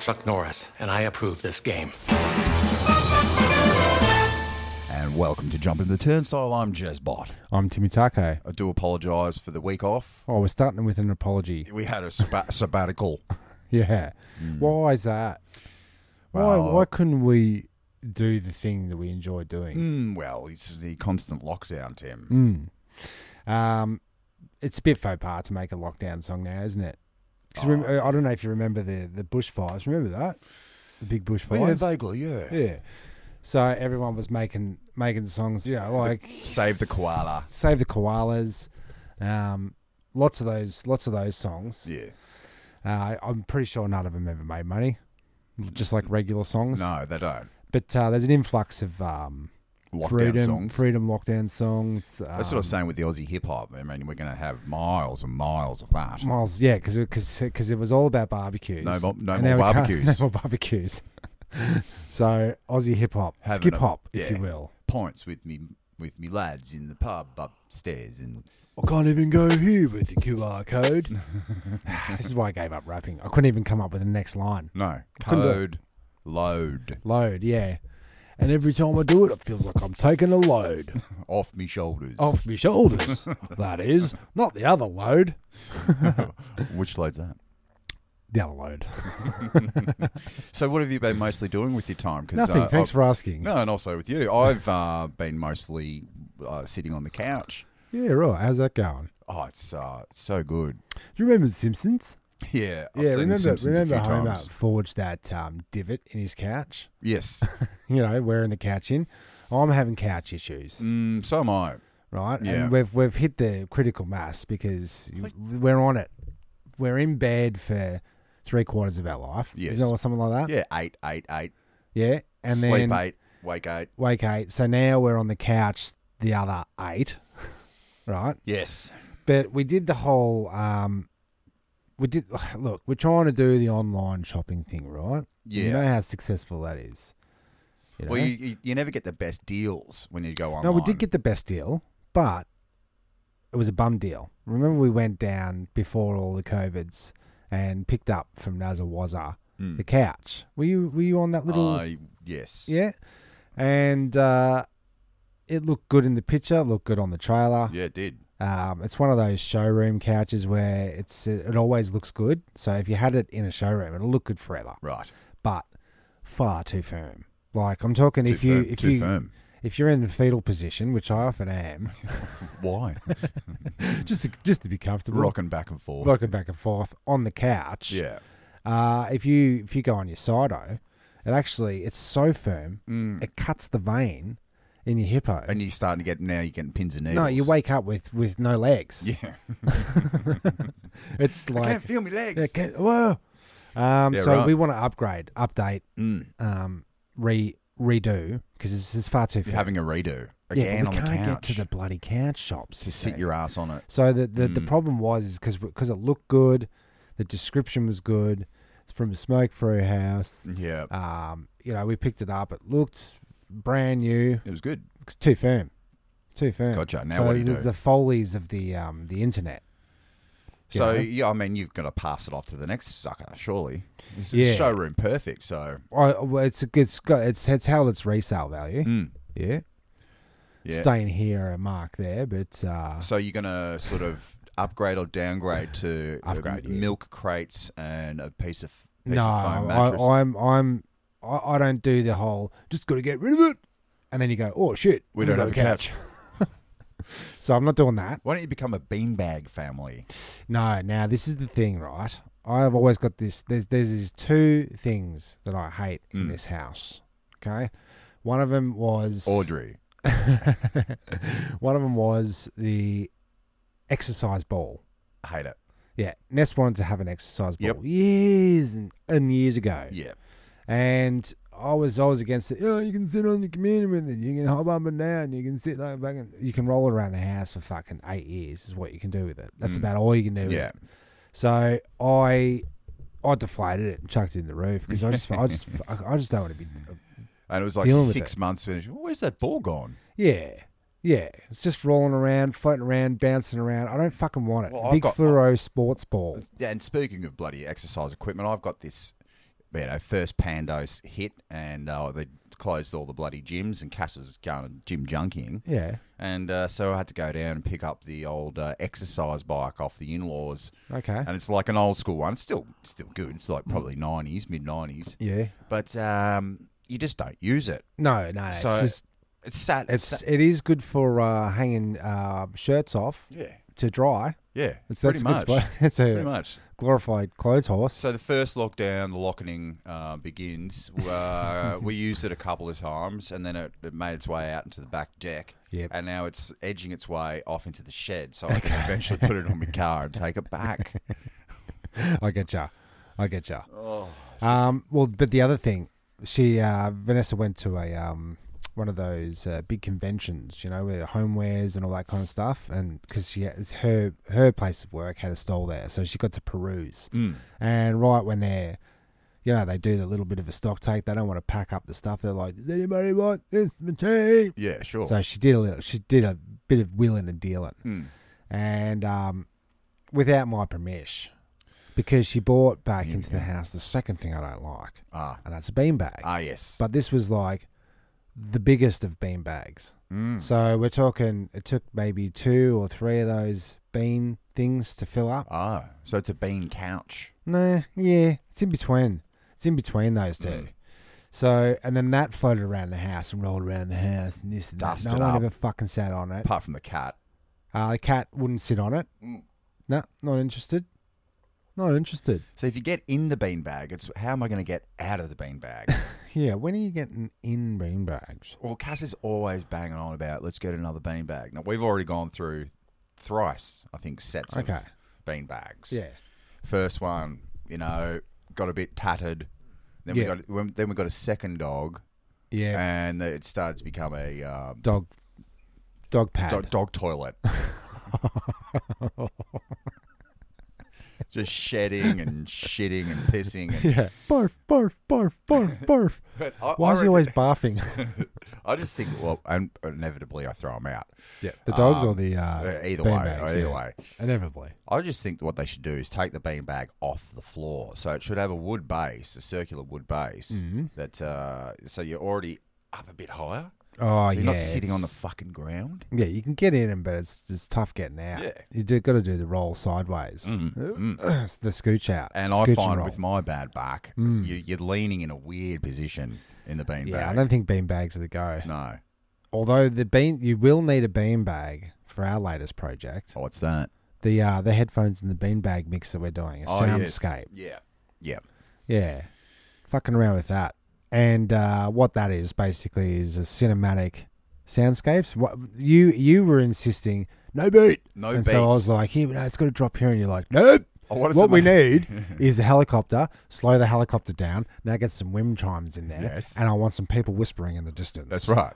Chuck Norris, and I approve this game. And welcome to Jumping the Turnstile. I'm Jezbot. I'm Timmy Take. I do apologise for the week off. Oh, we're starting with an apology. We had a sabbat- sabbatical. Yeah. Why is that? why, Mm. Well- why couldn't we do the thing that we enjoy doing? Mm, well, it's the constant lockdown, Tim. Mm. Um, it's a bit faux pas to make a lockdown song now, isn't it? 'Cause rem- Oh. I don't know if you remember the, the bushfires. Remember that? The big Yeah, bushfires? vaguely, yeah. yeah. So everyone was making making songs, you know, like Save the koala. Save the Koalas. Um, lots of those lots of those songs. Yeah. Uh, I'm pretty sure none of them ever made money, just like regular songs. No, they don't. But uh, there's an influx of um, Lockdown freedom, songs. freedom lockdown songs. Um, That's what I was saying with the Aussie hip hop. I mean, we're going to have miles and miles of that. Miles, yeah, because it was all about barbecues. No more- no And more now we can't- barbecues. No more barbecues. so Aussie hip hop, Having skip a- hop, if yeah. you will. Points with me with me lads in the pub upstairs, and I can't even go here with the QR code. this is why I gave up rapping. I couldn't even come up with the next line. no Couldn't do it. code load Load, yeah. And every time I do it, it feels like I'm taking a load. off me shoulders. off my shoulders. that is not the other load. Which load's that? The other load. So, what have you been mostly doing with your time? 'Cause, Nothing. uh, Thanks I've- for asking. No, and also with you, I've uh, been mostly uh, sitting on the couch. Yeah, right. How's that going? Oh, it's uh, so good. Do you remember The Simpsons? Yeah, I've seen yeah, The remember Simpsons a remember few Homer times. forged that um, divot in his couch? Yes, You know, wearing the couch in. I'm having couch issues, mm, so am I. right? yeah. And we've we've hit the critical mass because we're on it. We're in bed for three quarters of our life. Yes. Is that or something like that? Yeah, eight, eight, eight. Yeah. And sleep then eight, wake eight. wake eight. So now we're on the couch the other eight. right? Yes, but we did the whole um we did look we're trying to do the online shopping thing right you Yeah. know how successful that is you Well, know? you, you, you never get the best deals when you go online. no we did get the best deal but it was a bum deal remember we went down before all the covids and picked up from Nazawaza Mm. the couch were you were you on that little Uh, yes. yeah and uh it looked good in the picture looked good on the trailer Yeah, it did. Um, it's one of those showroom couches where it's it always looks good. So if you had it in a showroom, it'll look good forever. Right. But far too firm. Like I'm talking, if Too you firm, if too you firm. if you're in the fetal position, which I often am, Why? just to, just to be comfortable, Rocking back and forth. rocking back and forth on the couch. Yeah. Uh, if you if you go on your sido, it actually it's so firm it cuts the vein in your hippo. Mm. And you're starting to get now. You're getting pins and needles. no, you wake up with with no legs. Yeah. It's like Can't feel my legs. Yeah, can- whoa. Um, Yeah, so right. we want to upgrade, update, Mm. um, re redo because it's, it's far too. You're far. having a redo yeah, again but on we the can't couch get to the bloody couch shops to you sit see. your Hmm. ass on it. So the the, the problem was is because because it looked good, the description was good, it's from a smoke free house. Yeah. Um, you know, we picked it up. It looked brand new. it was good. It's too firm, too firm. Gotcha. Now so what do you the, do? the folies of the um the internet. you So know? yeah, I mean, you've got to pass it off to the next sucker, surely. This is Yeah. showroom perfect. So I, well, it's it's got it's it's held its resale value. mm, Yeah. yeah. staying here a mark there, but uh, So you're gonna sort of upgrade or downgrade to uh, Upgrade, yeah. milk crates and a piece of piece no, of foam I, mattress. I'm I'm I, I don't do the whole just got to get rid of it, and then you go oh shit We I'm don't gonna have a go so I'm not doing that. Why don't you become a beanbag family? No, now this is the thing, right? I've always got this. There's there's these two things that I hate Mm. in this house. Okay, one of them was Audrey. one of them was the exercise ball. Hate it. Yeah, Ness wanted to have an exercise ball Yep. years and, and years ago. Yeah. And I was always against it. Oh, you can sit on the commuter with it. You can hop up and down. You can sit like back and you can roll it around the house for fucking eight years. Is what you can do with it. That's about all you can do. With Mm. Yeah. it. So I, I deflated it and chucked it in the roof because I just, I just, I just don't want to be. And it was like Dealing with six months finished. Where's that ball gone? Yeah, yeah. It's just rolling around, floating around, bouncing around. I don't fucking want it. Well, I've Big got- fluoro sports ball. Yeah, and speaking of bloody exercise equipment, I've got this you know, first Pandos hit, and uh, they closed all the bloody gyms, and Cass was going gym junkying. Yeah. And uh, so I had to go down and pick up the old uh, exercise bike off the in laws. Okay. And it's like an old school one. It's still still good. It's like probably 90s, mid 90s. Yeah. But um, you just don't use it. No, no. It's So- just, It's sat. it's it is good for uh, hanging uh, shirts off yeah. to dry. Yeah. It's pretty that's a good much. spot. It's a Pretty much. glorified clothes horse. So the first lockdown, the locketing uh, begins. Uh, we used it a couple of times, and then it, it made its way out into the back deck. Yep. And now it's edging its way off into the shed, so I can eventually put it on my car and take it back. I get ya. I get ya. Um. Well, but the other thing, she uh, Vanessa went to a um one of those uh, big conventions, you know, where homewares and all that kind of stuff, and because she has her her place of work had a stall there, so she got to peruse. Mm. And right when they're, you know, they do the little bit of a stock take, they don't want to pack up the stuff. They're like, does anybody want this machine? Yeah, sure. So she did a little, she did a bit of willing and dealing, Mm. and um, without my permission, because she bought back into the house the second thing I don't like, Ah, and that's a beanbag. ah, yes. But this was like the biggest of beanbags. Mm. So we're talking, it took maybe two or three of those bean things to fill up. Ah, so it's a bean couch. No, yeah, it's in between. It's in between those two. Hmm. So, and then that floated around the house and rolled around the house and this and that. Dusted No one up. ever fucking sat on it. Apart from the cat. Uh, the cat wouldn't sit on it. Mm. No, not interested. Not interested. So if you get in the bean bag, it's how am I going to get out of the bean bag? Yeah, when are you getting in beanbags? Well, Cass is always banging on about let's get another beanbag. Now we've already gone through thrice, I think, sets Okay. of beanbags. Yeah. First one, you know, got a bit tattered. Then Yeah. we got when- then we got a second dog, Yeah. and it started to become a um, dog. Dog pad. dog, dog toilet. Just shedding and shitting and pissing. And, Yeah. Barf, barf, barf, barf, barf. But I, Why I is reckon- he always barfing? I just think well, and inevitably I throw them out. Yeah. The dogs or Um, the uh, uh, either way, beanbags, either yeah. way. Inevitably. I just think what they should do is take the beanbag off the floor. So it should have a wood base, a circular wood base. Mm-hmm. That uh, so you're already up a bit higher. Oh, So you're yeah. not sitting on the it's- fucking ground. Yeah, you can get in them, but it's it's tough getting out. Yeah. Mm, You do got to do the roll sideways, It's the scooch out, And Scooch I find roll. Mm. with my bad back, you, you're leaning in a weird position in the beanbag. yeah, I don't think bean bags are the go. no. Although the bean, you will need a bean bag for our latest project. Oh, what's that? The uh, the headphones and the bean bag mix that we're doing, a Oh, yes. soundscape. Yeah. Yeah. Yeah, fucking around with that. And uh, what that is basically is a cinematic soundscapes. What you you were insisting no beat, No and so I beats. was like, here, no, it's got to drop here, and you're like, nope. I wanted what to we make- need is a helicopter. Slow the helicopter down. Now get some wind chimes in there, Yes. and I want some people whispering in the distance. That's right.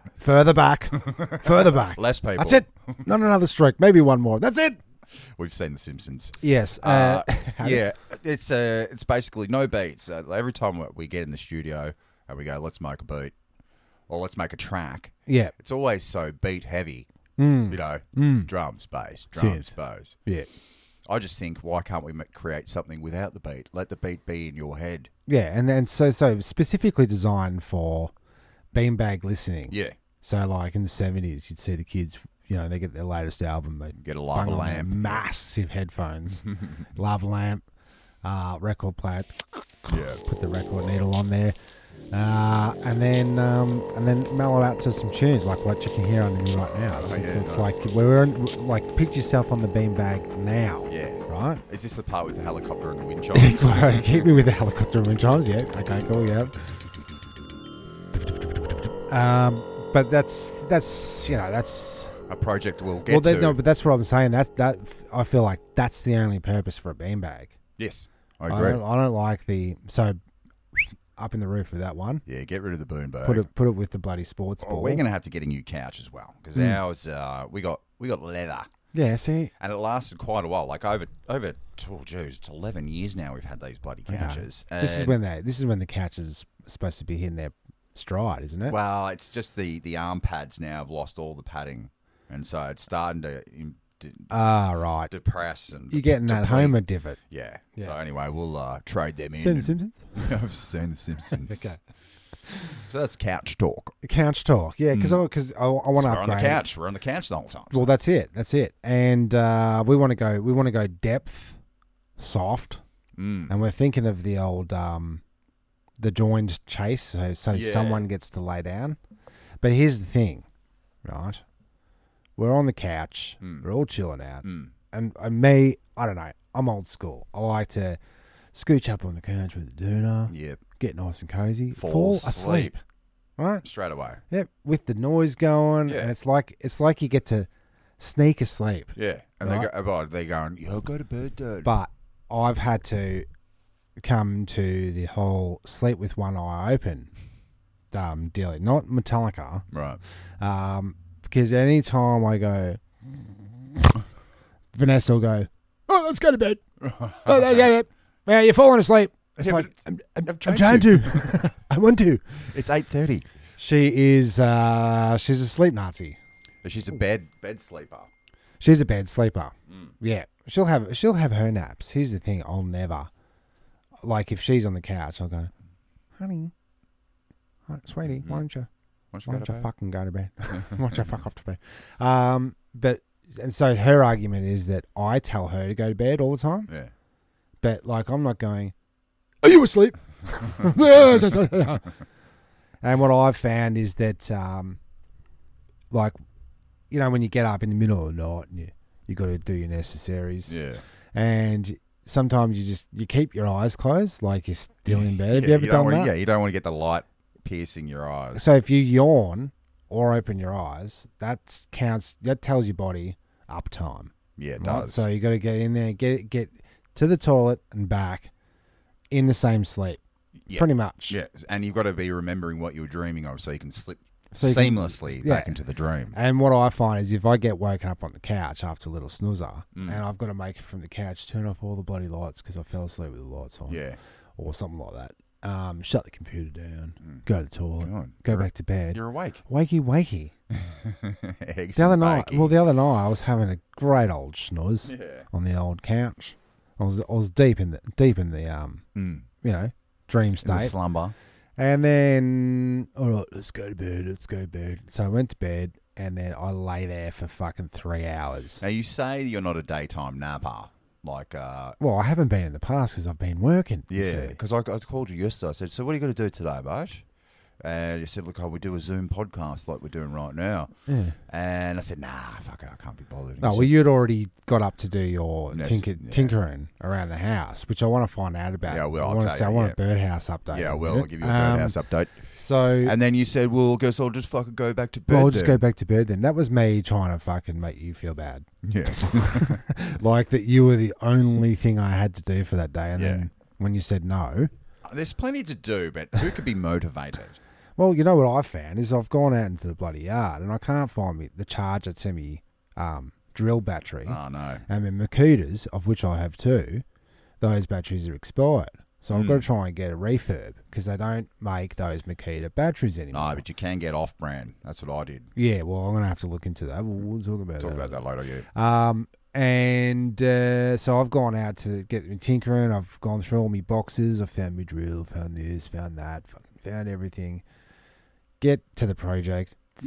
Further back, further back. Less people. That's it. Not another stroke. Maybe one more. That's it. We've seen The Simpsons. Yes. Uh, Uh, yeah, it's uh, it's basically no beats. Uh, every time we- we get in the studio and we go, let's make a beat or let's make a track, yeah. it's always so beat heavy. Hmm. You know, drums, bass, drums, Synth. bass. Yeah. I just think, why can't we ma- create something without the beat? Let the beat be in your head. Yeah. And then so so specifically designed for beanbag listening. Yeah, So like in the seventies, you'd see the kids. You know, they get their latest album. They get a lava bang on their lamp. massive headphones, lava lamp, uh, record player. Yeah. Put the record needle on there, uh, and then um, and then mellow out to some tunes like what you can hear on me right now. It's, it's, Oh, yeah, it's nice. like we're in, like picture yourself on the beanbag now, Yeah. right? Is this the part with the helicopter and the wind chimes? Sorry, keep me with the helicopter wind chimes. Yeah, okay, cool. Yeah. Um, but that's that's you know that's a project we'll get well that, to. no, but that's what I'm saying. That that I feel like that's the only purpose for a beanbag. yes, I I agree. don't, I don't like the so up in the roof with that one. yeah, get rid of the boom bag. Put it put it with the bloody sports Oh, ball. we're going to have to get a new couch as well because Mm. ours uh, we got we got leather yeah, see, and it lasted quite a while. Like over over oh geez, it's eleven years now we've had these bloody couches. this is And- when they this is when the couch is supposed to be hitting their stride, isn't it? well, it's just the the arm pads now have lost all the padding, and so it's starting to in, d- Ah, right. depress and You're getting that deplete. Homer divot. Yeah. Yeah. So anyway, we'll uh, trade them in. Seen The and- Simpsons? I've seen The Simpsons. Okay. So that's couch talk. Couch talk. Yeah, because I, 'cause I, I So we're want to Hmm. on upgrade. the couch. We're on the couch the whole time. Well, that's it. That's it. And uh, we want to go. We want to go depth, soft, Mm. and we're thinking of the old, um, the joined chase. So, so Yeah. someone gets to lay down. But here's the thing, right? We're on the couch. Mm. We're all chilling out. Mm. And, and me, I don't know. I'm old school. I like to scooch up on the couch with the doona, Yep. get nice and cozy, Fall asleep. asleep. Right? Straight away. Yep, with the noise going, Yeah. and it's like it's like you get to sneak asleep. Yeah. And Right. they go, oh, they're going, yo, go to bed, dude. But I've had to come to the whole sleep with one eye open um, deal. Not Metallica, right. um, because any time I go, Vanessa will go, "Oh, let's go to bed." Oh, yeah, yeah, yeah. Yeah, you're falling asleep. It's Yeah, like but I'm, I'm, I'm I'm trying trying to. I want to. It's 8.30. She is. Uh, she's a sleep Nazi. She's a Oh. bed bed sleeper. She's a bad sleeper. Mm. Yeah, she'll have she'll have her naps. Here's the thing: I'll never, like, if she's on the couch, I'll go, honey, hon- sweetie, why don't you Why don't you Mm. go why don't to you bed? fucking go to bed? why don't you fuck off to bed? Um, but and so her argument is that I tell her to go to bed all the time, Yeah. but like I'm not going. Are you asleep? and what I've found is that, um, like, you know, when you get up in the middle of the night and you you got to do your necessaries, Yeah. and sometimes you just you keep your eyes closed, like you're still in bed. Have yeah, you ever don't done wanna, that? Yeah, you don't want to get the light piercing your eyes. So if you yawn or open your eyes, that counts. That tells your body up time. Yeah, it right? does. So you got to get in there, get get to the toilet and back in the same sleep, yeah. pretty much. Yeah, and you've got to be remembering what you were dreaming of so you can slip So you can- seamlessly yeah. back into the dream. And what I find is if I get woken up on the couch after a little snoozer, Mm. and I've got to make it from the couch, turn off all the bloody lights because I fell asleep with the lights on, Yeah. or something like that. Um, shut the computer down, go to the toilet, Go on. go Mm. You're- back to bed. You're awake. Wakey, wakey. Eggs The other and night, bacon. well, the other night I was having a great old schnoz yeah. on the old couch. I was, I was deep in the deep in the um, Mm. you know, dream In the state. slumber. And then, all right, let's go to bed. Let's go to bed. So I went to bed, and then I lay there for fucking three hours. Now you say you're not a daytime napper, like uh, Well, I haven't been in the past because I've been working. you yeah, see. because I, I called you yesterday. I said, "So what are you going to do today, Bosh?" And you said, "Look, oh, we do a Zoom podcast like we're doing right now." Yeah. And I said, "Nah, fuck it, I can't be bothered." And No, you well, you'd already got up to do your No, tinker, so- yeah. tinkering around the house, which I want to find out about. Yeah, well, I I'll want to tell say I you, want yeah. a birdhouse update. said, yeah, in a well, I'll minute. give you a Um, birdhouse update. So, And then you said, "Well, I guess I'll just fucking go back to bed." well, I'll just go then." back to bed then. That was me trying to fucking make you feel bad, Yeah, like that you were the only thing I had to do for that day. And Yeah. then when you said no, there's plenty to do, but who could be motivated? Well, you know what I found is I've gone out into the bloody yard and I can't find me the charger to me um, drill battery oh no, and my Makutas, of which I have two. Those batteries are expired, so I've got Hmm. to try and get a refurb because they don't make those Makita batteries anymore. no, but you can get off-brand. That's what I did. yeah, well, I'm gonna have to look into that. We'll, we'll talk about Talk that. about that later. Yeah. Um, and uh, so I've gone out to get me tinkering. I've gone through all my boxes. I found my drill, found this, found that, fucking found everything. Get to the project.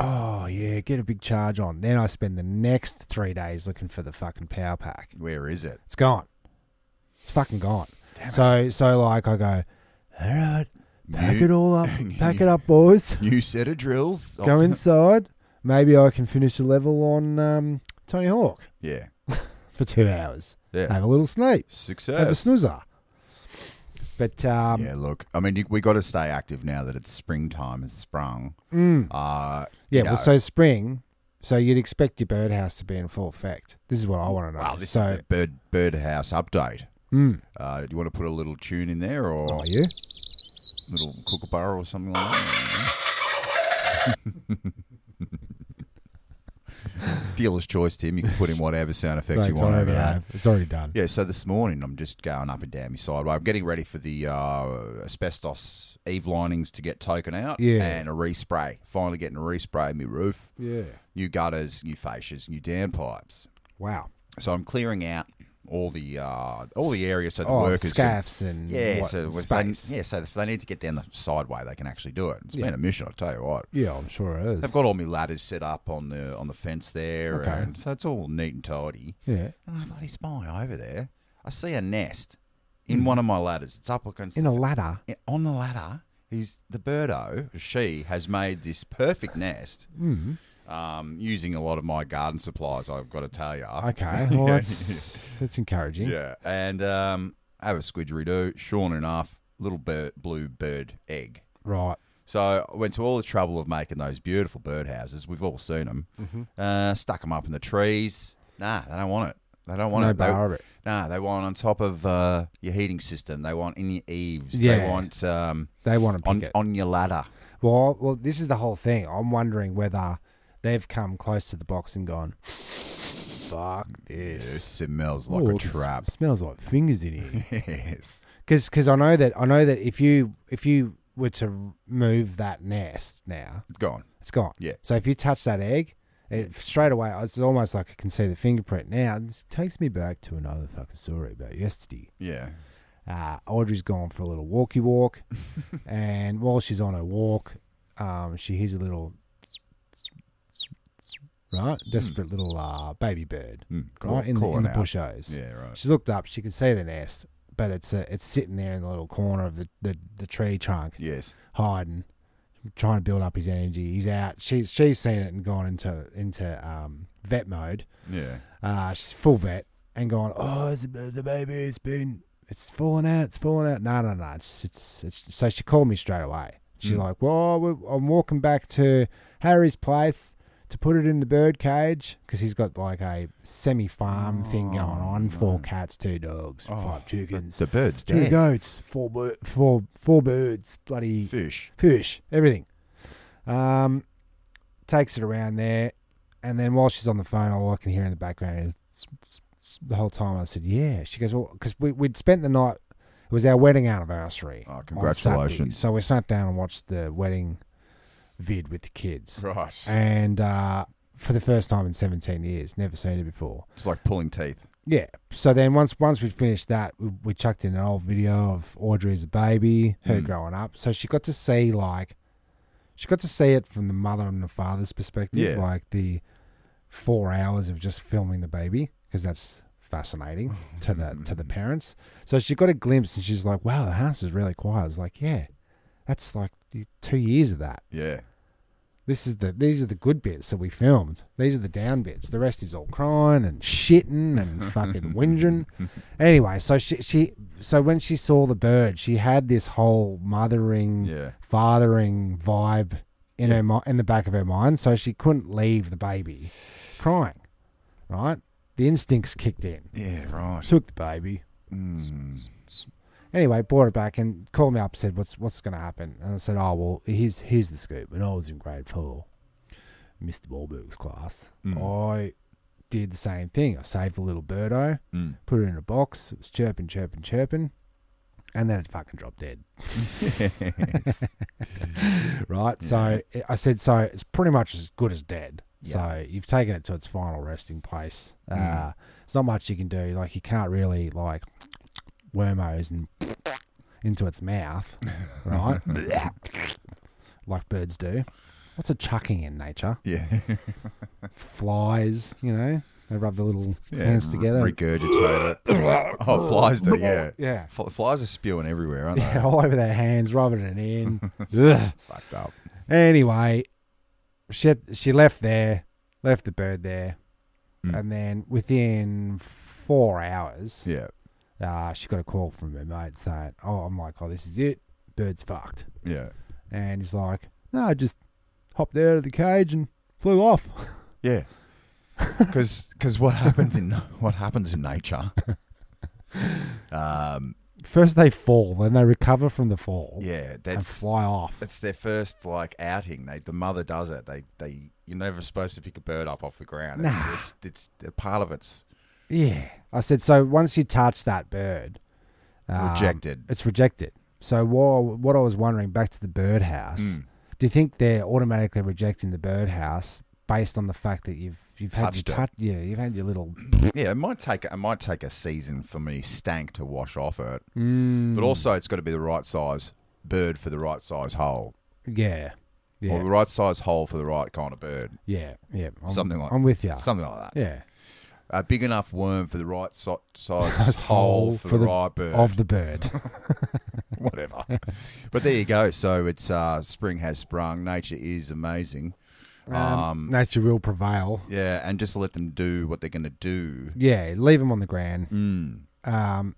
Oh yeah, get a big charge on. Then I spend the next three days looking for the fucking power pack. Where is it? It's gone. It's fucking gone. so so like I go, all right, pack You- it all up, pack it up, boys. New set of drills. Go inside. Maybe I can finish a level on um, Tony Hawk Yeah. for two hours. Yeah. Have a little sleep. Success. Have a snoozer. But um, yeah, look, I mean, you, we got to stay active now that it's springtime and sprung. mm, Uh, yeah. you know, Well, so spring, so you'd expect your birdhouse to be in full effect. This is what I want to know. wow, this so, is the bird birdhouse update. mm, Oh, Uh, do you want to put a little tune in there or are you? little kookaburra or something like that? dealer's choice, Tim. You can put in whatever sound effect you Thanks, want I over already that. have. It's already done. Yeah, so this morning I'm just going up and down my sideway. I'm getting ready for the uh, asbestos eave linings to get taken out Yeah. and a respray. Finally getting a respray my roof, Yeah. new gutters, new fascias, new downpipes. Wow. So I'm clearing out all the uh, all the areas so the Oh, workers can- scaffs and yeah, what, so if they, space. yeah, so if they need to get down the sideway, they can actually do it. It's Yeah. been a mission, I tell you what. Yeah, I'm sure it is. They've got all my ladders set up on the on the fence there, Okay. and so it's all neat and tidy. yeah. And I bloody spy over there. I see a nest in one of my ladders. It's up against Mm. In the a ladder. f- on the ladder. He's the birdo. She has made this perfect nest Hmm. um, using a lot of my garden supplies. I've got to tell you. Okay. Well, that's that's encouraging. yeah, and um, have a squidgeridoo. Sure enough, little bird, blue bird egg. Right. So I went to all the trouble of making those beautiful birdhouses. We've all seen them. Mm-hmm. Uh, stuck them up in the trees. Nah, they don't want it. They don't want No it. They, bar of it. Nah, they want on top of uh, your heating system. They want in your eaves. They Yeah. want um, They want to pick on it. on your ladder. Well, well, this is the whole thing. I'm wondering whether they've come close to the box and gone, "Fuck this." Yes, it smells like Ooh, a it trap. s- smells like fingers in here. yes. Because I know that I know that if you if you were to move that nest now, It's gone. it's gone. Yeah. So if you touch that egg, it, straight away, it's almost like I can see the fingerprint. Now this takes me back to another fucking story about yesterday. Yeah. Uh, Audrey's gone for a little walkie walk, and while she's on her walk, um, she hears a little right Hmm. desperate little uh, baby bird Mm, right in, the, in calling the out. bushos. Yeah, right. She's looked up. She can see the nest, but it's uh, it's sitting there in the little corner of the, the, the tree trunk, Yes. hiding, trying to build up his energy. He's out. She's she's seen it and gone into into um, vet mode. Yeah. Uh, she's full vet and gone. Oh, it's the the baby. It's been it's falling out. It's falling out. No, no, no. It's it's, it's so she called me straight away. She's Mm. like, well, we're, I'm walking back to Harry's place. To put it in the bird cage because he's got like a semi-farm thing going on. Four cats, two dogs, Oh, five chickens, The bird's two dead. goats, four, bir- four, four birds, bloody Fish. fish, everything. Um, takes it around there, and then while she's on the phone, all I can hear in the background is tss, tss, tss, the whole time. I said, "Yeah." She goes, "Well, because we, we'd spent the night. It was our wedding anniversary. Oh, on congratulations. Saturday. so we sat down and watched the wedding vid with the kids, Right. and uh, for the first time in seventeen years, never seen it before. It's like pulling teeth. Yeah. So then once once we finished that, we, we chucked in an old video of Audrey as a baby, her Mm. growing up. So she got to see like she got to see it from the mother and the father's perspective, Yeah. like the four hours of just filming the baby because that's fascinating to the to the parents. So she got a glimpse and she's like, "Wow, the house is really quiet." I was like, "Yeah, that's like the two years of that." Yeah. This is the these are the good bits that we filmed. These are the down bits. The rest is all crying and shitting and fucking whinging. Anyway, so she she so when she saw the bird, she had this whole mothering, Yeah. fathering vibe in her mi- in the back of her mind. So she couldn't leave the baby crying. Right, the instincts kicked in. Yeah. Right. Took the baby. Mm. Anyway, brought it back and called me up. Said, "What's what's going to happen?" And I said, "Oh well, here's here's the scoop. When I was in grade four, Mr. Wahlberg's class, Hmm. I did the same thing. I saved the little birdo, Mm. put it in a box. It was chirping, chirping, chirping, and then it fucking dropped dead. Yes. Right? So I- I said, so it's pretty much as good as dead. Yeah. Hmm. So you've taken it to its final resting place. Uh, it's not much you can do. Like you can't really like wormos and into its mouth, right? like birds do. What's a chucking in nature? yeah. Flies, you know. They rub their little Yeah, hands r- together. Regurgitate it. oh, flies do, yeah. yeah. F- flies are spewing everywhere, aren't they? Yeah, all over their hands, rubbing it in. Ugh. Fucked up. Anyway, she she left there, left the bird there, Mm. and then within four hours, Yeah. uh, she got a call from her mate saying, "Oh, I'm like, oh, this is it, bird's fucked," Yeah. and he's like, "No, I just hopped out of the cage and flew off." Yeah. Because what happens in what happens in nature, um, First they fall, then they recover from the fall. Yeah, And that's fly off. it's their first like outing. They the mother does it. They they you're never supposed to pick a bird up off the ground. It's Nah. it's, it's, a part of it's Yeah. I said, so once you touch that bird, um, Rejected. It's rejected. So what, what I was wondering, back to the birdhouse, Hmm. Mm. do you think they're automatically rejecting the birdhouse based on the fact that you've you've had Touched it. your touch, yeah, you've had your little yeah. It might take it might take a season for me stank to wash off it, Mm. but also it's got to be the right size bird for the right size hole, yeah, yeah, or the right size hole for the right kind of bird. yeah, yeah. I'm, Something like I'm with you. Something like that. yeah, A big enough worm for the right so- size hole for, the, right bird. of the bird. whatever. but there you go. So it's uh, spring has sprung. Nature is amazing. Um, Nature will prevail. yeah, and just let them do what they're going to do. Yeah, leave them on the ground. Mm. Um,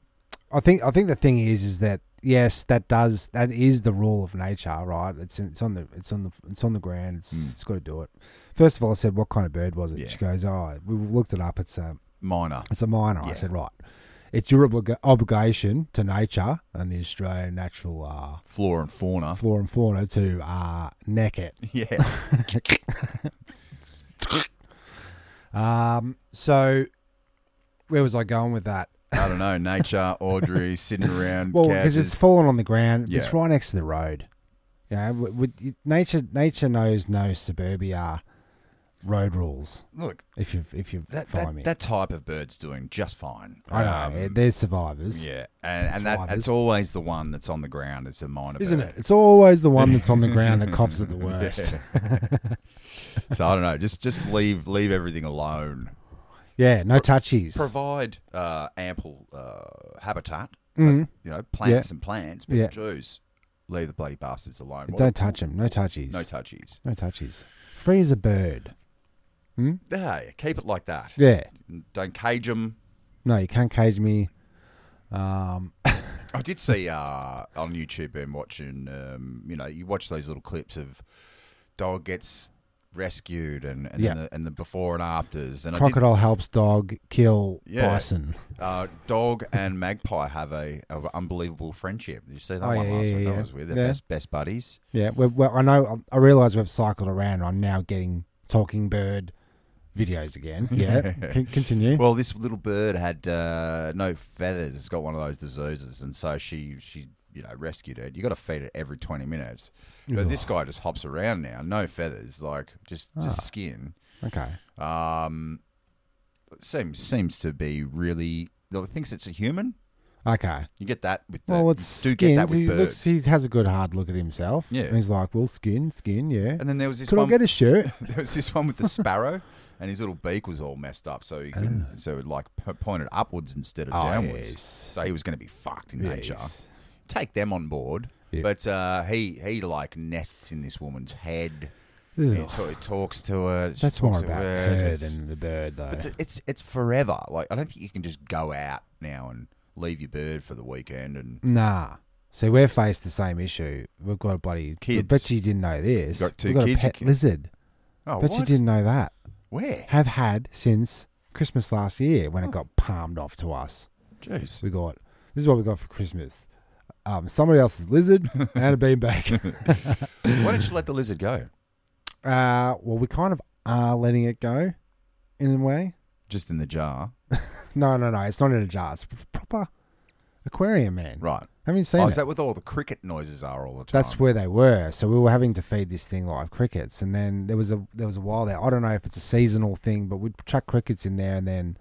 I think I think the thing is is that yes, that does that is the rule of nature, right? It's in, it's on the it's on the it's on the ground. It's, it's got to do it. First of all, I said, "What kind of bird was it?" Hmm. Yeah. She goes, "Oh, we looked it up. It's a Minor. it's a minor." I Yeah. said, "Right, it's your oblig- obligation to nature and the Australian natural uh, Flora and fauna. flora and fauna to uh, neck it." Yeah. Um, so where was I going with that? I don't know. Nature, Audrey, sitting around. Well, because couches. it's fallen on the ground. It's Yeah. right next to the road. Yeah, w would- nature nature knows no suburbia road rules. Look, If you if you that, find me, that, that type of bird's doing just fine. I know Um, yeah, they're survivors, yeah, and, and Survivors. that, that's always the one that's on the ground. It's a minor isn't bird. it? It's always the one that's on the ground that cops at the worst. So I don't know. Just just leave leave everything alone. Yeah, no touchies. provide uh, ample uh, habitat. Mhm. You know, plants and plants, but Yeah. Jews leave the bloody bastards alone. What- Don't touch them. No touchies. no touchies. no touchies. Free as a bird. Hmm? Hey, keep it like that. Yeah. Don't cage them. No, you can't cage me. Um, I did see uh, on YouTube and watching. Um, you know, you watch those little clips of dog gets rescued and and, Yeah. then the, and the before and afters. And I did crocodile helps dog kill Yeah. bison. Uh, dog and magpie have a, a unbelievable friendship. Did you see that Oh, one yeah, last yeah, week? yeah. That was weird. They're Yeah. best, best buddies. Yeah, well, well I know. I realise we've cycled around. I'm now getting talking bird videos again. Yeah, Con- continue. Well, this little bird had uh, no feathers. It's got one of those diseases, and so she she you know rescued it. You got to feed it every twenty minutes. But this guy just hops around now, no feathers, like just Ah. just skin. okay. Um, seems seems to be really. though it Thinks it's a human. Okay. You get that with the, Well, it's you do get that skins. with He birds. looks. He has a good hard look at himself. Yeah. And he's like, well, skin, skin, yeah. and then there was this Could I one. get a shirt? there was this one with the sparrow, and his little beak was all messed up, so he couldn't. So it like p- pointed upwards instead of Oh, downwards. yes. So he was going to be fucked in nature. Yes. Take them on board, Yeah. but uh, he he like nests in this woman's head. Ugh. He sort of talks to her. she That's talks more to about her, her just- than uh, the bird, though. but th- it's it's forever. Like I don't think you can just go out now and leave your bird for the weekend and. nah. So we're faced the same issue. We've got a bloody. Kids. I bet you didn't know this. You got two We've got kids, a you pet can- lizard. Oh, bet you what? didn't know that. Where? have had since Christmas last year Oh. when it got palmed off to us. Jeez. We got this is what we got for Christmas: um, somebody else's lizard and a beanbag. Why don't you let the lizard go? uh, well, we kind of are letting it go in a way. Just in the jar, No, no, no. It's not in a jar. It's a proper aquarium, man. right? Haven't you seen Oh, it? is that what all the cricket noises are all the time? That's where they were. So we were having to feed this thing live crickets, and then there was a there was a while there. I don't know if it's a seasonal thing, but we'd chuck crickets in there, and then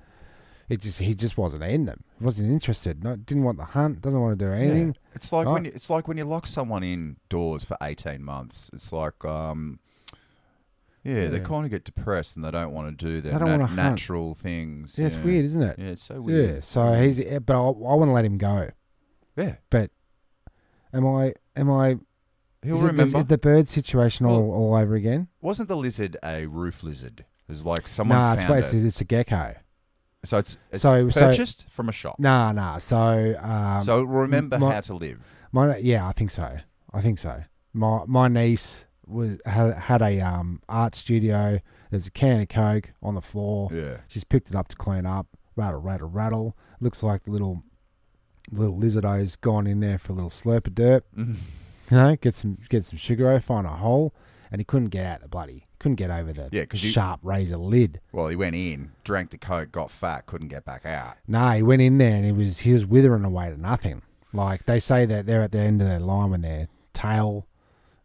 it just he just wasn't eating them. He wasn't interested. No, didn't want the hunt. Doesn't want to do anything. It's like Right. when you, it's like when you lock someone indoors for eighteen months. It's like, um, yeah, they Yeah. kind of get depressed and they don't want to do their They don't nat- wanna hunt. natural things. Yeah, it's yeah. weird, isn't it? Yeah, it's so Yeah. weird. So he's eh, but I, I want to let him go. yeah, But am I am I? he'll is it- is- remember. is the bird situation all, Well, all over again? Wasn't the lizard a roof lizard? It was like someone Nah, it's, found it's, it. it's a gecko. So it's, it's so- so- purchased from a shop. Nah, nah. So um, so remember my- how to live. My yeah, I think so. I think so. My my niece was had, had a um art studio. There's a can of coke on the floor. Yeah. She's picked it up to clean up. Rattle, rattle, rattle. Looks like the little little lizardo's gone in there for a little slurp of dirt. Mm-hmm. you know, get some get some sugar off on a hole, and he couldn't get out the bloody couldn't get over the Yeah, 'cause you- sharp razor lid. Well, he went in, drank the coke, got fat, couldn't get back out. Nah, he went in there and he was he was withering away to nothing. Like they say that they're at the end of their line when their tail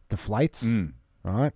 deflates, Mm. right?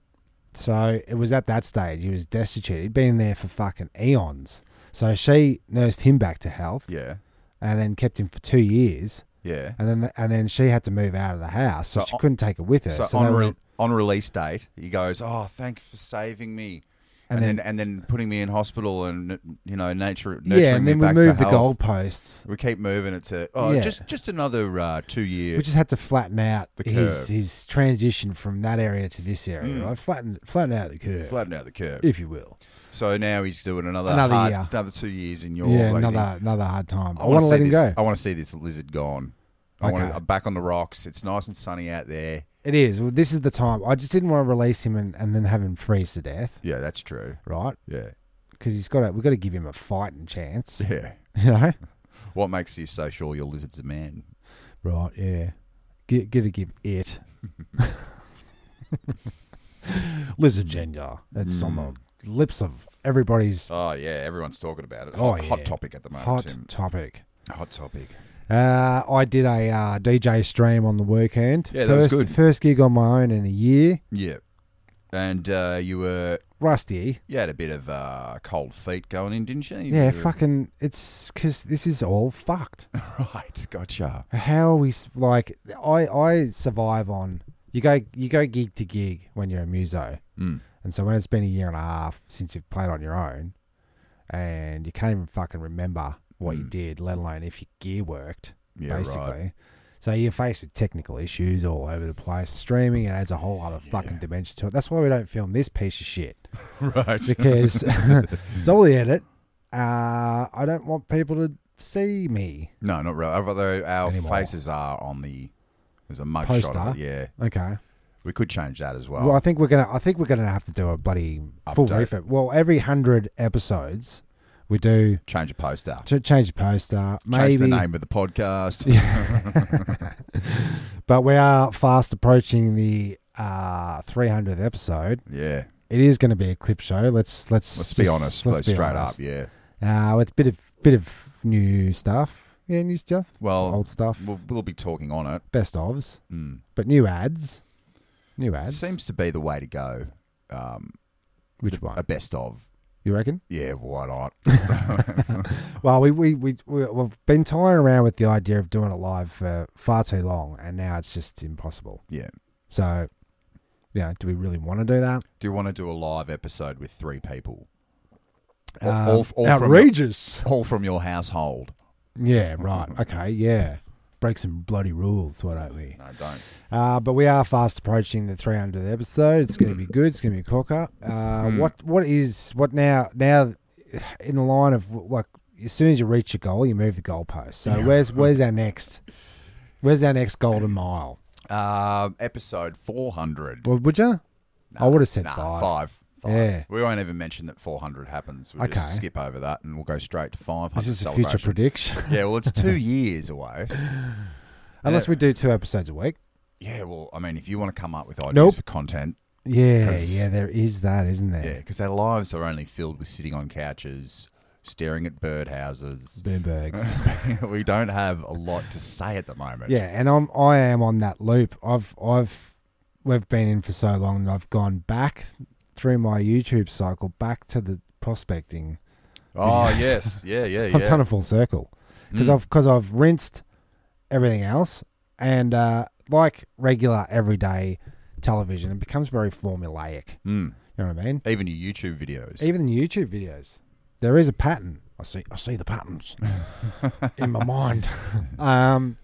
So it was at that stage he was destitute. He'd been there for fucking eons. So she nursed him back to health Yeah, and then kept him for two years, yeah. and then and then she had to move out of the house, so, So she on- couldn't take it with her. So, So, on they re- went- on release date, he goes, "Oh, thanks for saving me." And, then, and then putting me in hospital and you know nature nurturing yeah, and then me we back moved to the health. goalposts. We keep moving it to oh Yeah. just just another uh, two We years. just had to flatten out The his curve. Mm. his transition from that area to this area, right? Flatten flatten out the curve, flatten out the curve. if you will. So now he's doing another Another hard- year. another two years in your yeah, like, another another hard time. I I wanna want to let see him this- go. I want to see this lizard gone. I want Okay. to, I'm back on the rocks. It's nice and sunny out there. It is. Well, this is the time. I just didn't want to release him and, and then have him freeze to death, Yeah, that's true. right? Yeah, Because he's got to. We've got to give him a fighting chance, yeah. you know. What makes you so sure your lizard's a man? Right, yeah. Get get to give it. Lizard gender. That's on the lips of everybody's Hmm. Oh yeah, everyone's talking about it. Oh, hot, hot yeah. topic at the moment. hot Tim. topic. hot topic. Uh, I did a uh, DJ stream on the weekend. Yeah, that was first, good. First gig on my own in a year. Yeah, and uh, you were Rusty. you had a bit of uh, cold feet going in, didn't you? You Yeah, were- fucking. It's because this is all fucked. Right, gotcha. How are we s- like? I I survive on you go you go gig to gig when you're a muso, Mm. and so when it's been a year and a half since you've played on your own, and you can't even fucking remember what you Mm. did, let alone if your gear worked, Yeah, right. basically. So you're faced with technical issues all over the place. Streaming it adds a whole other fucking dimension to it. That's why we don't film this piece of shit Right. because it's all the edit. Uh, I don't want people to see me. No, not really. Although our Anymore. faces are on the there's a mug shot. Of Poster. it. Yeah, Okay. we could change that as well. Well, I think we're gonna. I think we're gonna have to do a bloody full Update. refit. Well, every hundred episodes, we do change a poster. to change the poster, maybe. Change the name of the podcast. But we are fast approaching the uh, 300th episode. yeah. It is going to be a clip show. Let's let's Let's be just- honest. let's like, be straight honest. up. Yeah. Uh, with a bit of bit of new stuff. Yeah, new stuff. Well, old stuff. We'll, we'll be talking on it. Best ofs, Mm. but new ads. New ads. Seems to be the way to go. Um, a Which one? best of. You reckon? Yeah, why not? Well, we, we, we, we, we've been toying around with the idea of doing it live for far too long, and now it's just impossible. Yeah. So, yeah, do we really want to do that? Do you want to do a live episode with three people? All, Um, all, all from your, outrageous. all from your household. yeah, right. Okay, yeah. Break some bloody rules, why don't we? No, don't. Uh, but we are fast approaching the 300th episode. It's going to be good. It's going to be a cocker. Uh, Mm. What what is what now? Now, in the line of like, as soon as you reach your goal, you move the goalpost. So where's where's our next? Where's our next golden mile? Um, episode 400. Well, would you? I would have said Nah, five. five. Five. Yeah. We won't even mention that 400 happens. We'll Okay. just skip over that and we'll go straight to 500. This is a celebration. future prediction. Yeah, well, it's two years away. Unless we do two episodes a week. Yeah, well, I mean, if you want to come up with ideas Nope. for content, Yeah, 'Cause- yeah, there is that, isn't yeah, there? because their lives are only filled with sitting on couches, staring at birdhouses. Boombergs. we don't have a lot to say at the moment. Yeah, and I'm I am on that loop. I've I've we've been in for so long that I've gone back through my YouTube cycle back to the prospecting. Oh, Yes. yes. Yeah, yeah, yeah. I've done a full circle because Mm. I've because I've rinsed everything else and uh, like regular everyday television, it becomes very formulaic. Mm. You know what I mean? Even your YouTube videos. Even the YouTube videos, there is a pattern. I see I see the patterns in my mind. Um,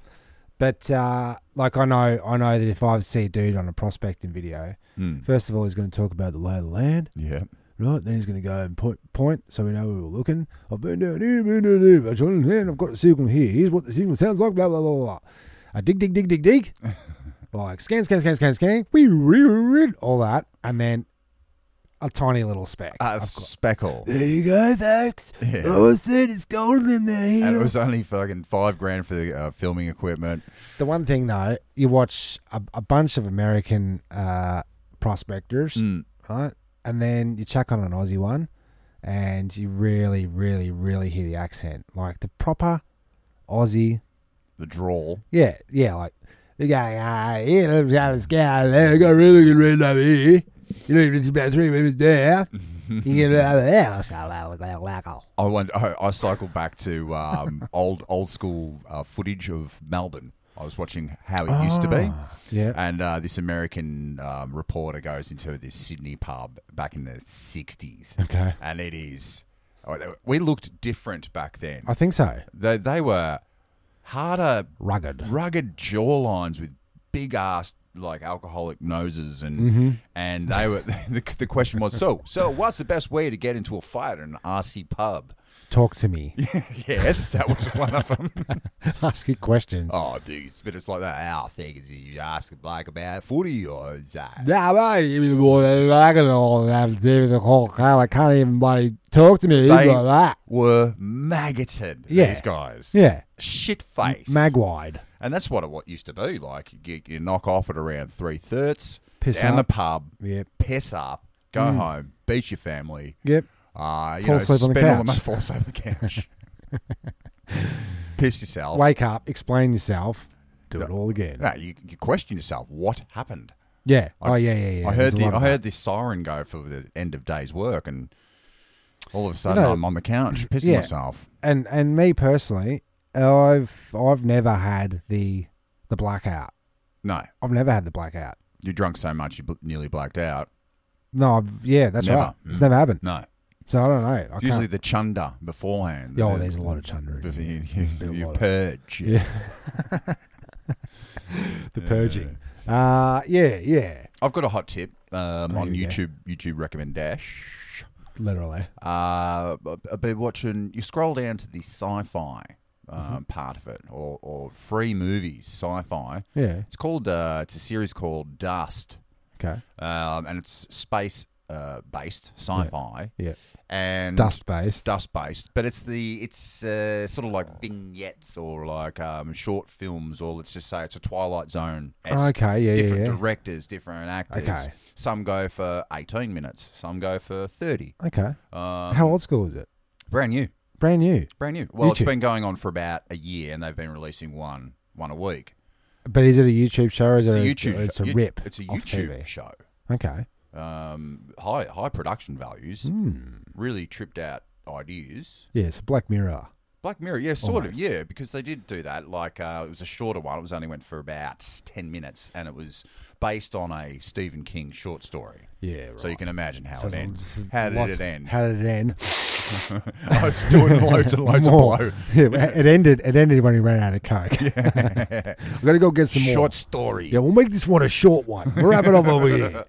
but uh, like I know I know that if I see a dude on a prospecting video, Mm. first of all he's going to talk about the lay of the land, Yeah. right? Then he's going to go and point point so we know where we're looking. I've been down here, been down here, I've tried it here, and I've got the signal here. Here's what the signal sounds like. Blah blah blah blah. blah. I dig dig dig dig dig. like scan scan scan scan scan. We all that, and then a tiny little speck. A Of course. speckle. there you go, folks. Yeah. All I said is golden in my And it hand. was only fucking five grand for the uh, filming equipment. The one thing though, you watch a, a bunch of American uh, prospectors, Mm. right? And then you chuck on an Aussie one, and you really, really, really hear the accent, like the proper Aussie. The drawl. Yeah, yeah, like the guy. Ah, he lives out of the sky. They got really good red over here. You know, it's about three minutes there. You get it out of there. It's got a lot of black- black hole. I went. I, I cycled back to um, old old school uh, footage of Melbourne. I was watching how it used to be. Yeah. And uh, this American um, reporter goes into this Sydney pub back in the 60s. Okay. And it is. uh, We looked different back then. I think so. They, they were harder, Rugged. rugged jawlines with big ass like alcoholic noses and and they were the, the question was so so what's the best way to get into a fight at an RC pub Talk to me. yes that was one of them Ask you questions. oh I think it's but it's like that our thing is you ask like about footy or is that Nah, I can't even bloody talk to me They- like that. were maggoted Yeah. these guys Yeah, shit face magwide. and that's what it what used to be like you, get, you knock off at around three thirds Piss down up. the pub Yep, piss up go home beat your family yep. Uh, you Mm. Fall know, asleep on the spend all couch. money- fall asleep on the couch. Piss yourself. Wake up, explain yourself, do it all again. No, you, you question yourself. What happened? Yeah. oh yeah, yeah, yeah. I There's heard the a lot I of heard this siren go for the end of day's work, and all of a sudden know- I'm on the couch pissing Yeah. myself. that. and and me personally, I've I've never had the the blackout. No, I've never had the blackout. you drunk so much you bl- nearly blacked out. No, I've, yeah, that's Never. right. It's Mm. never happened. No, So I don't know. I usually can't. the chunder beforehand. Oh, The- there's a lot of chunder. in before here. You, There's been a you lot of- purge. Yeah. the purging. Uh, yeah, yeah. I've got a hot tip um, Oh, on here we go. YouTube. YouTube recommend dash. Literally. Uh, I've been watching. You scroll down to the sci-fi um, Mm-hmm. part of it, or, or free movies, sci-fi. Yeah. It's called. Uh, it's a series called Dust, Okay. um, and it's space uh, based sci-fi Yeah. and Dust based. Dust based, but it's the it's uh, sort of like vignettes or like um, short films, or let's just say it's a Twilight Zone. Oh, Okay, yeah, yeah, different yeah. directors, different actors. Okay. Some go for eighteen minutes, some go for thirty. Okay. Um, How old school is it? Brand new. Brand new. Brand new. Well, YouTube. it's been going on for about a year, and they've been releasing one one a week. But is it a YouTube show or is It's a it YouTube. It's a you- rip. It's a off YouTube TV? show. Okay. Um, high high production values. Hmm. Really tripped out ideas. Yeah, it's a Black Mirror. Black Mirror, yeah, sort Almost. of, yeah, because they did do that. Like uh, it was a shorter one. It was only went for about ten minutes, and it was based on a Stephen King short story. Yeah, right. So you can imagine how So it it's- ends. it's How did lots- it end? How did it end? I was doing loads and loads of More. blow. Yeah, it ended. It ended when he ran out of coke. I'm gonna go get some more. Short story. Yeah, we'll make this one a short one. We'll wrap it up over here.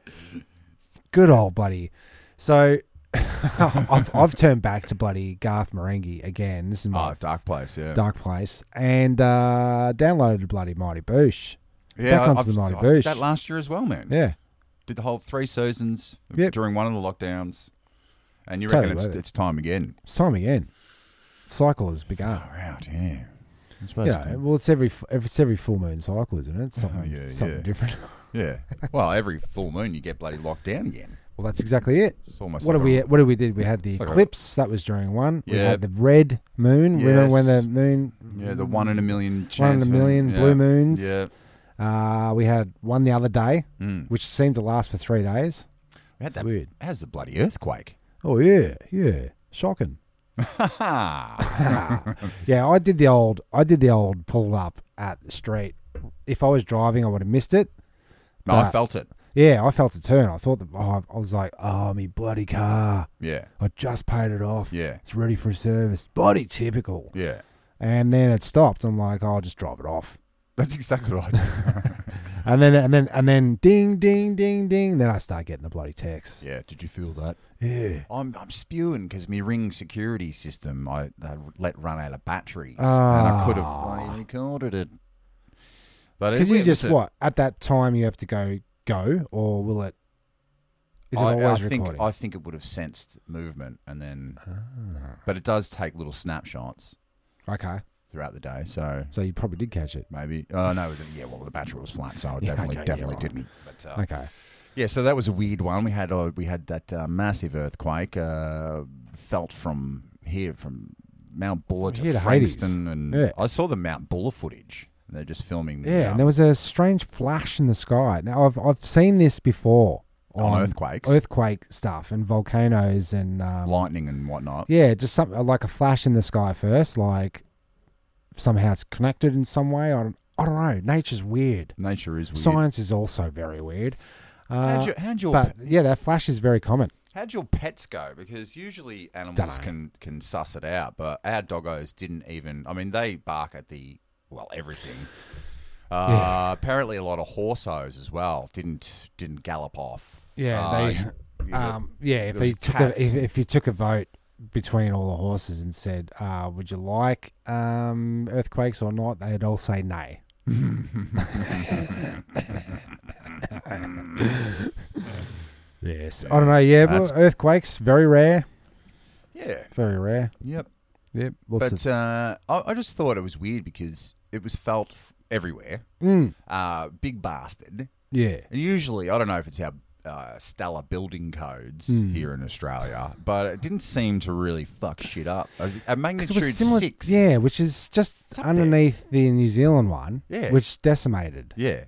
Good old buddy. So I've, I've turned back to bloody Garth Marenghi again. This is my Oh, dark place. Yeah. dark place and uh, downloaded bloody Mighty Boosh. Yeah, Back I- onto I've- the Mighty I did Boosh. that last year as well, man. Yeah, Did the whole three seasons Yep. during one of the lockdowns, and you Totally reckon it's, worth it. it's time again? it's time again. Cycle has begun. Far out, yeah. I suppose. Yeah, Yeah. well, it's every f- it's every full moon cycle, isn't it? It's Something, Oh, yeah, something yeah. different. yeah. Well, every full moon you get bloody locked down again. Well, that's exactly it. It's almost. What like did we A, What did we did? We had the like a- eclipse. That was during one. We Yeah. had the red moon. Remember when the Yes. moon? yeah, the one in a million. One in chance a for- million yeah. blue moons. Yeah. Uh, we had one the other day, Mm. which seemed to last for three days. We had It's that. weird. How's the bloody earthquake? Oh yeah, yeah, shocking. Ha ha. yeah, I did the old. I did the old pull up at the street. If I was driving, I would have missed it. No, But- I felt it. Yeah, I felt a turn. I thought that oh, I was like, oh, me bloody car. Yeah. I just paid it off. Yeah. It's ready for service. Bloody typical. Yeah. And then it stopped. I'm like, oh, I'll just drive it off. That's exactly right. And then and then and then ding ding ding ding. Then I start getting the bloody text. yeah. Did you feel that? Yeah. I'm, I'm spewing because my ring security system I, I let run out of batteries, and Ah. I could have bloody recorded it. But Could it- you it just was a- what at that time you have to go go or will it? Is it I, always I think recording? I think it would have sensed movement and then, but it does take little snapshots Ah, okay, throughout the day. So so you probably did catch it. maybe oh no, it- yeah. Well, the battery was flat, so I Yeah, definitely okay, yeah, definitely right. didn't. But, uh, Okay, Yeah, so that was a weird one. We had uh, we had that uh, massive earthquake uh, felt from here from Mount Buller to Here to Hades. Frankston, and Yeah. I saw the Mount Buller footage. They're just filming. um, yeah, and there was a strange flash in the sky. Now I've I've seen this before On Oh, earthquakes. earthquake stuff, and volcanoes, and um, lightning and whatnot. Yeah, just some like a flash in the sky first, like somehow it's connected in some way. I don't, I don't know. Nature's weird. Nature is weird. Science is also very weird. Uh, how'd, your, how'd, your, but yeah, that flash is very common. how'd your pets go? Because usually animals Dunno. can, can suss it out, but our doggos didn't even. I mean, they bark at the well everything. Uh, Apparently, a lot of horsos as well didn't didn't gallop off. Yeah, Uh, they- you- you got- Um, yeah, if there you was took a, cats if, and- if you took a vote between all the horses and said, uh, "Would you like um, earthquakes or not?" they'd all say nay. yes, I don't know. Yeah, but That's- earthquakes very rare, Yeah. very rare. Yep. Yep, lots but uh, I, I just thought it was weird because it was felt f- everywhere. of mm, Uh, big bastard. yeah. And usually, I don't know if it's our uh, stellar building codes Hmm. here in Australia, but it didn't seem to really fuck shit up. A- A 'Cause magnitude it was similar- six. Yeah, which is just up there. underneath the New Zealand one, Yeah. which decimated. Yeah.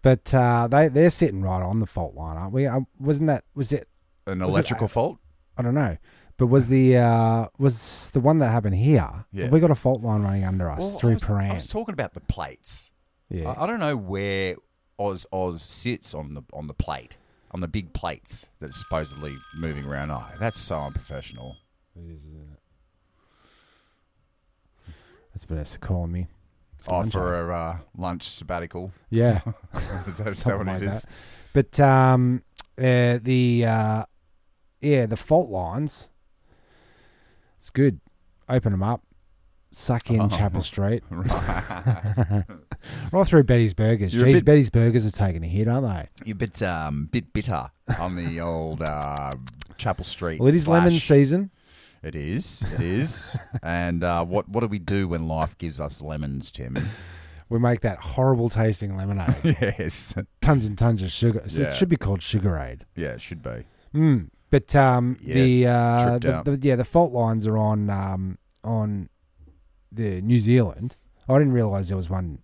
But uh, they they're sitting right on the fault line, aren't we? Um, wasn't that was it? An Was it- electrical fault. I don't know. But was the uh, was the one that happened here? Yeah. Have we got a fault line running under us Well, I through was- I Paran? was talking about the plates. yeah, I, I don't know where Oz Oz sits on the on the plate on the big plates that's supposedly moving around. Oh, that's so unprofessional. that's Vanessa calling me. It's Oh, lunch hour. for her uh, lunch sabbatical. yeah, is that, is that something what like it is? that. But um, uh, the uh, yeah, the fault lines. It's good. Open them up. Suck in Oh. Chapel Street, Right. right through Betty's Burgers. You're a Jeez, bit- Betty's Burgers are taking a hit, aren't they? You're a bit, um, bit bitter on the old uh, Chapel Street. Well, it is lemon slash- season. It is. It is. and uh, what what do we do when life gives us lemons, Tim? We make that horrible tasting lemonade. yes. tons and tons of sugar. So Yeah. it should be called Sugarade. Yeah, it should be. Mm. But um, Yeah, the, uh, tripped the, out. the yeah the fault lines are on um, on the New Zealand. I didn't realize there was one.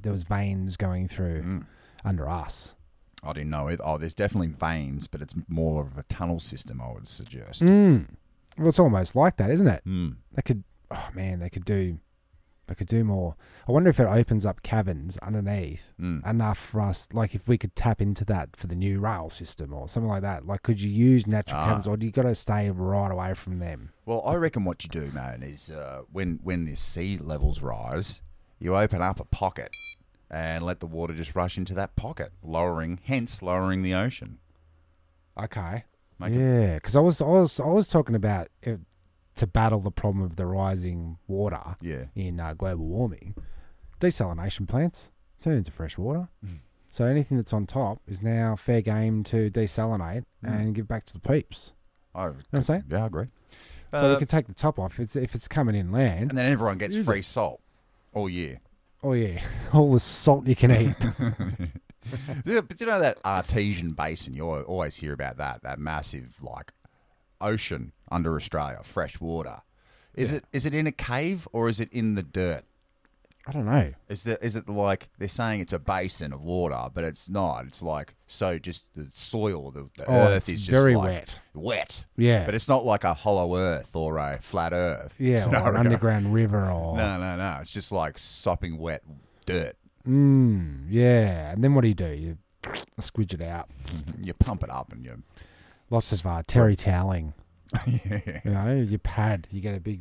There was veins going through Mm. under us. I didn't know it. Oh, there's definitely veins, but it's more of a tunnel system, I would suggest. Mm. Well, it's almost like that, isn't it? Mm. They could. Oh man, they could do. They could do more. I wonder if it opens up caverns underneath Mm. enough for us. Like if we could tap into that for the new rail system or something like that. Like, could you use natural Ah. caverns, or do you got to stay right away from them? Well, I reckon what you do, man, is uh, when when the sea levels rise, you open up a pocket and let the water just rush into that pocket, lowering, hence lowering the ocean. Okay. Make it- yeah, because I was I was I was talking about it, to battle the problem of the rising water Yeah. in uh, global warming, desalination plants turn into fresh water. Mm. So anything that's on top is now fair game to desalinate Mm. and give back to the peeps. I, You know what I'm saying? Oh, yeah, I agree. so Uh, we can take the top off if it's, if it's coming in land. and then everyone gets free salt all year. oh yeah, all the salt you can eat. Yeah, but you know that artesian basin? You al- always hear about that, that massive, like, ocean under Australia, fresh water. Is it is it in a cave or is it in the dirt? I don't know. Is there is it like they're saying it's a basin of water, but it's not. It's like so just the soil, the, the Oh, earth it's is just very like wet. Wet. Yeah. But it's not like a hollow earth or a flat earth. Yeah, or an scenario. underground river or No, no, no. It's just like sopping wet dirt. mm, yeah. And then what do you do? You squidge it out. You pump it up and you Lots of uh, terry toweling. Yeah. You know, you pad, you get a big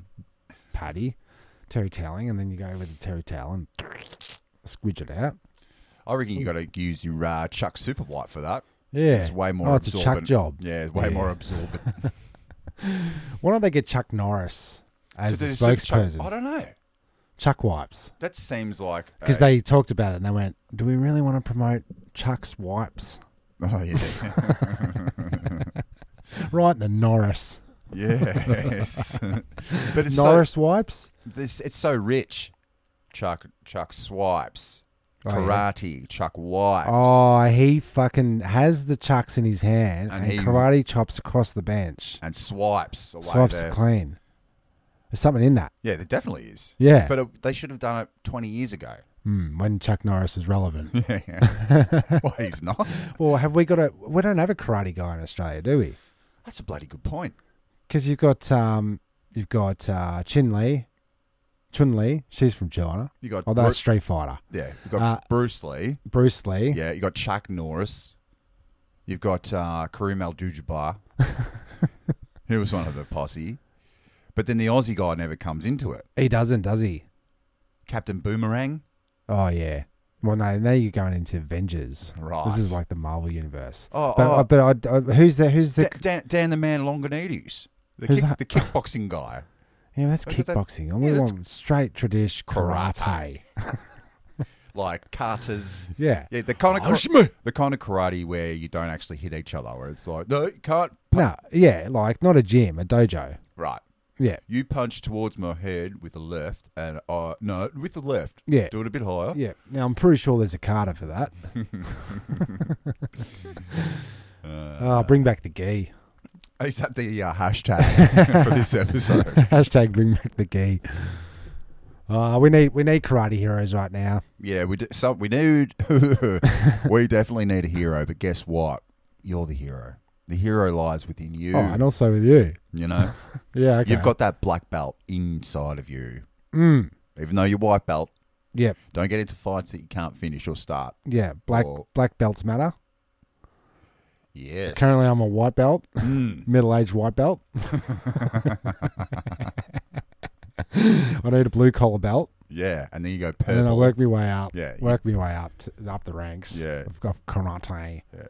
paddy, terry toweling, and then you go with the terry towel and squidge it out. I reckon you gotta use your uh, Chuck Super White for that. Yeah. It's way more Oh, it's absorbent. a chuck job. Yeah, it's way Yeah. more absorbent. Why don't they get Chuck Norris as the Do they super chuck- spokesperson? I Chuck, don't know. wipes. That seems like Because a- they talked about it and they went, do we really want to promote Chuck's wipes? Oh yeah. right in the Norris. Yes, but it's Norris wipes? so this, it's so rich. Chuck Chuck swipes Oh, yeah. karate. Chuck wipes. Oh, he fucking has the chucks in his hand And and, he- karate chops across the bench. and swipes away Swipes there. clean. There's something in that. Yeah, there definitely is. Yeah. but it, they should have done it twenty years ago. Hmm, when Chuck Norris is relevant. well, he's not. or have we got a. We don't have a karate guy in Australia, do we? That's a bloody good point. Because you've got. um, You've got uh, Chin Lee. Chun Lee. She's from China. You got Oh, that's Bru- Street Fighter. yeah. You got uh, Bruce Lee. Bruce Lee. Yeah, you got Chuck Norris. You've got uh, Kareem Abdul-Jabbar, who was one of the posse. But then the Aussie guy never comes into it. He doesn't, does he? Captain Boomerang. Oh yeah. Well, no, now you're going into Avengers. Right. This is like the Marvel universe. Oh, but, oh. but I, I, who's the who's the? Da- Dan, Dan the Man Longanides, the, Who's kick, that? the kickboxing guy. yeah, that's Is it that- kickboxing. I yeah, only that's- want straight tradish karate. Karate. Like Carter's. Yeah. Yeah, the Oh, kind of Push me. the kind of karate where you don't actually hit each other, where it's like, no, you can't. No, yeah, like not a gym, a dojo. Right. Yeah, You punch towards my head with the left, and uh, no, with the left. Yeah. Do it a bit higher. yeah. Now I'm pretty sure there's a Carter for that. Uh, oh, bring back the gi. Is that the uh, hashtag for this episode? Hashtag bring back the gi. Uh, we need we need karate heroes right now. yeah, we do, so we need we definitely need a hero, but guess what? You're the hero. The hero lies within you. Oh, and also with you. You know, Yeah, okay. you've got that black belt inside of you. Mm, Even though you're white belt, yep. don't get into fights that you can't finish or start. Yeah, black Or- black belts matter. Yes. Currently, I'm a white belt, Mm. middle aged white belt. I need a blue collar belt, yeah, and then you go and then I purple. work my way up. Yeah, you- work my way up to, up the ranks. Yeah. of, of karate. Yeah.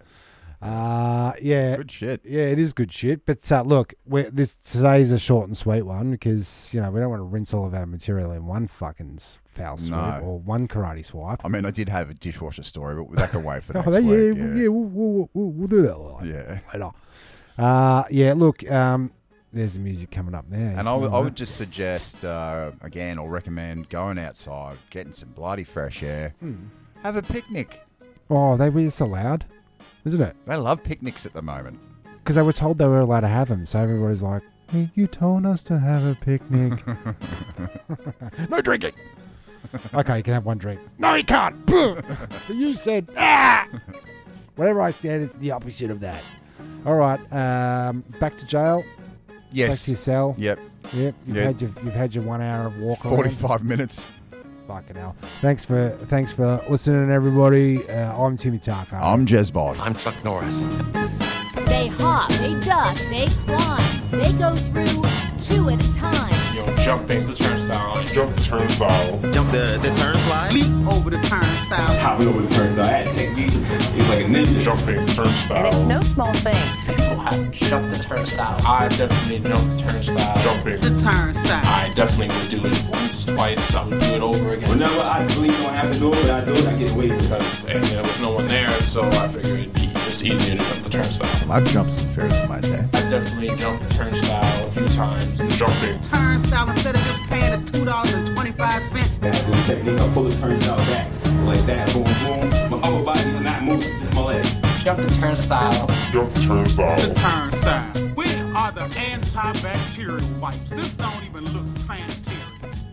Uh, yeah, Good shit. yeah, it is good shit. But uh, look, we're, this today's a short and sweet one because you know we don't want to rinse all of our material in one fucking s- foul sweep No. or one karate swipe. I mean, I did have a dishwasher story, but that can wait for next Oh, that, yeah, week. yeah, yeah we'll, we'll, we'll, we'll do that. Like. Yeah. later. Uh, yeah, look, um, there's the music coming up there. And I would- I would just suggest, uh, again, or recommend going outside, getting some bloody fresh air, Hmm. have a picnic. Oh, they were just allowed, isn't it? They love picnics at the moment. Because they were told they were allowed to have them, so everybody's like, "Hey, "You told us to have a picnic." No drinking. okay, you can have one drink. No, you can't. Boom. you said, ah! Whatever I said is the opposite of that. All right, um, back to jail. Back Yes. to your cell. Yep. Yep. You've Yeah. had your you've had your one hour of walk around. Forty-five minutes. Fucking hell. Thanks for thanks for listening, everybody. Uh, I'm Timmy Tarko. I'm Jezbot. I'm Chuck Norris. They hop, they duck, they climb, they go through two at a time. You know, jump at the turnstile, jump the turnstile. jump the, the turn slide, leap over the turnstile. Hop over the turnstile. I had to take me. It was like a ninja. Jump at the turnstile. And it's no small thing. people have jumped the turnstile. I definitely jumped the turnstile. Jump The it. turnstile. I definitely would do it once, twice. I would do it over again. Whenever I believe I have to do it, I do it, I get away with it. Because and there was no one there, so I figured it'd be just easier to jump the turnstile. I've jumped some ferrets in my day. I definitely jumped the turnstile a few times. Jump it. Turnstile instead of just paying the two dollars and twenty five cent. That boom technique, I pull the turnstile back. Like that, boom, boom. My upper body is not moving, just my leg. Jump the turnstile. Jump the turnstile. The turnstile. We are the antibacterial wipes. This don't even look sanitary.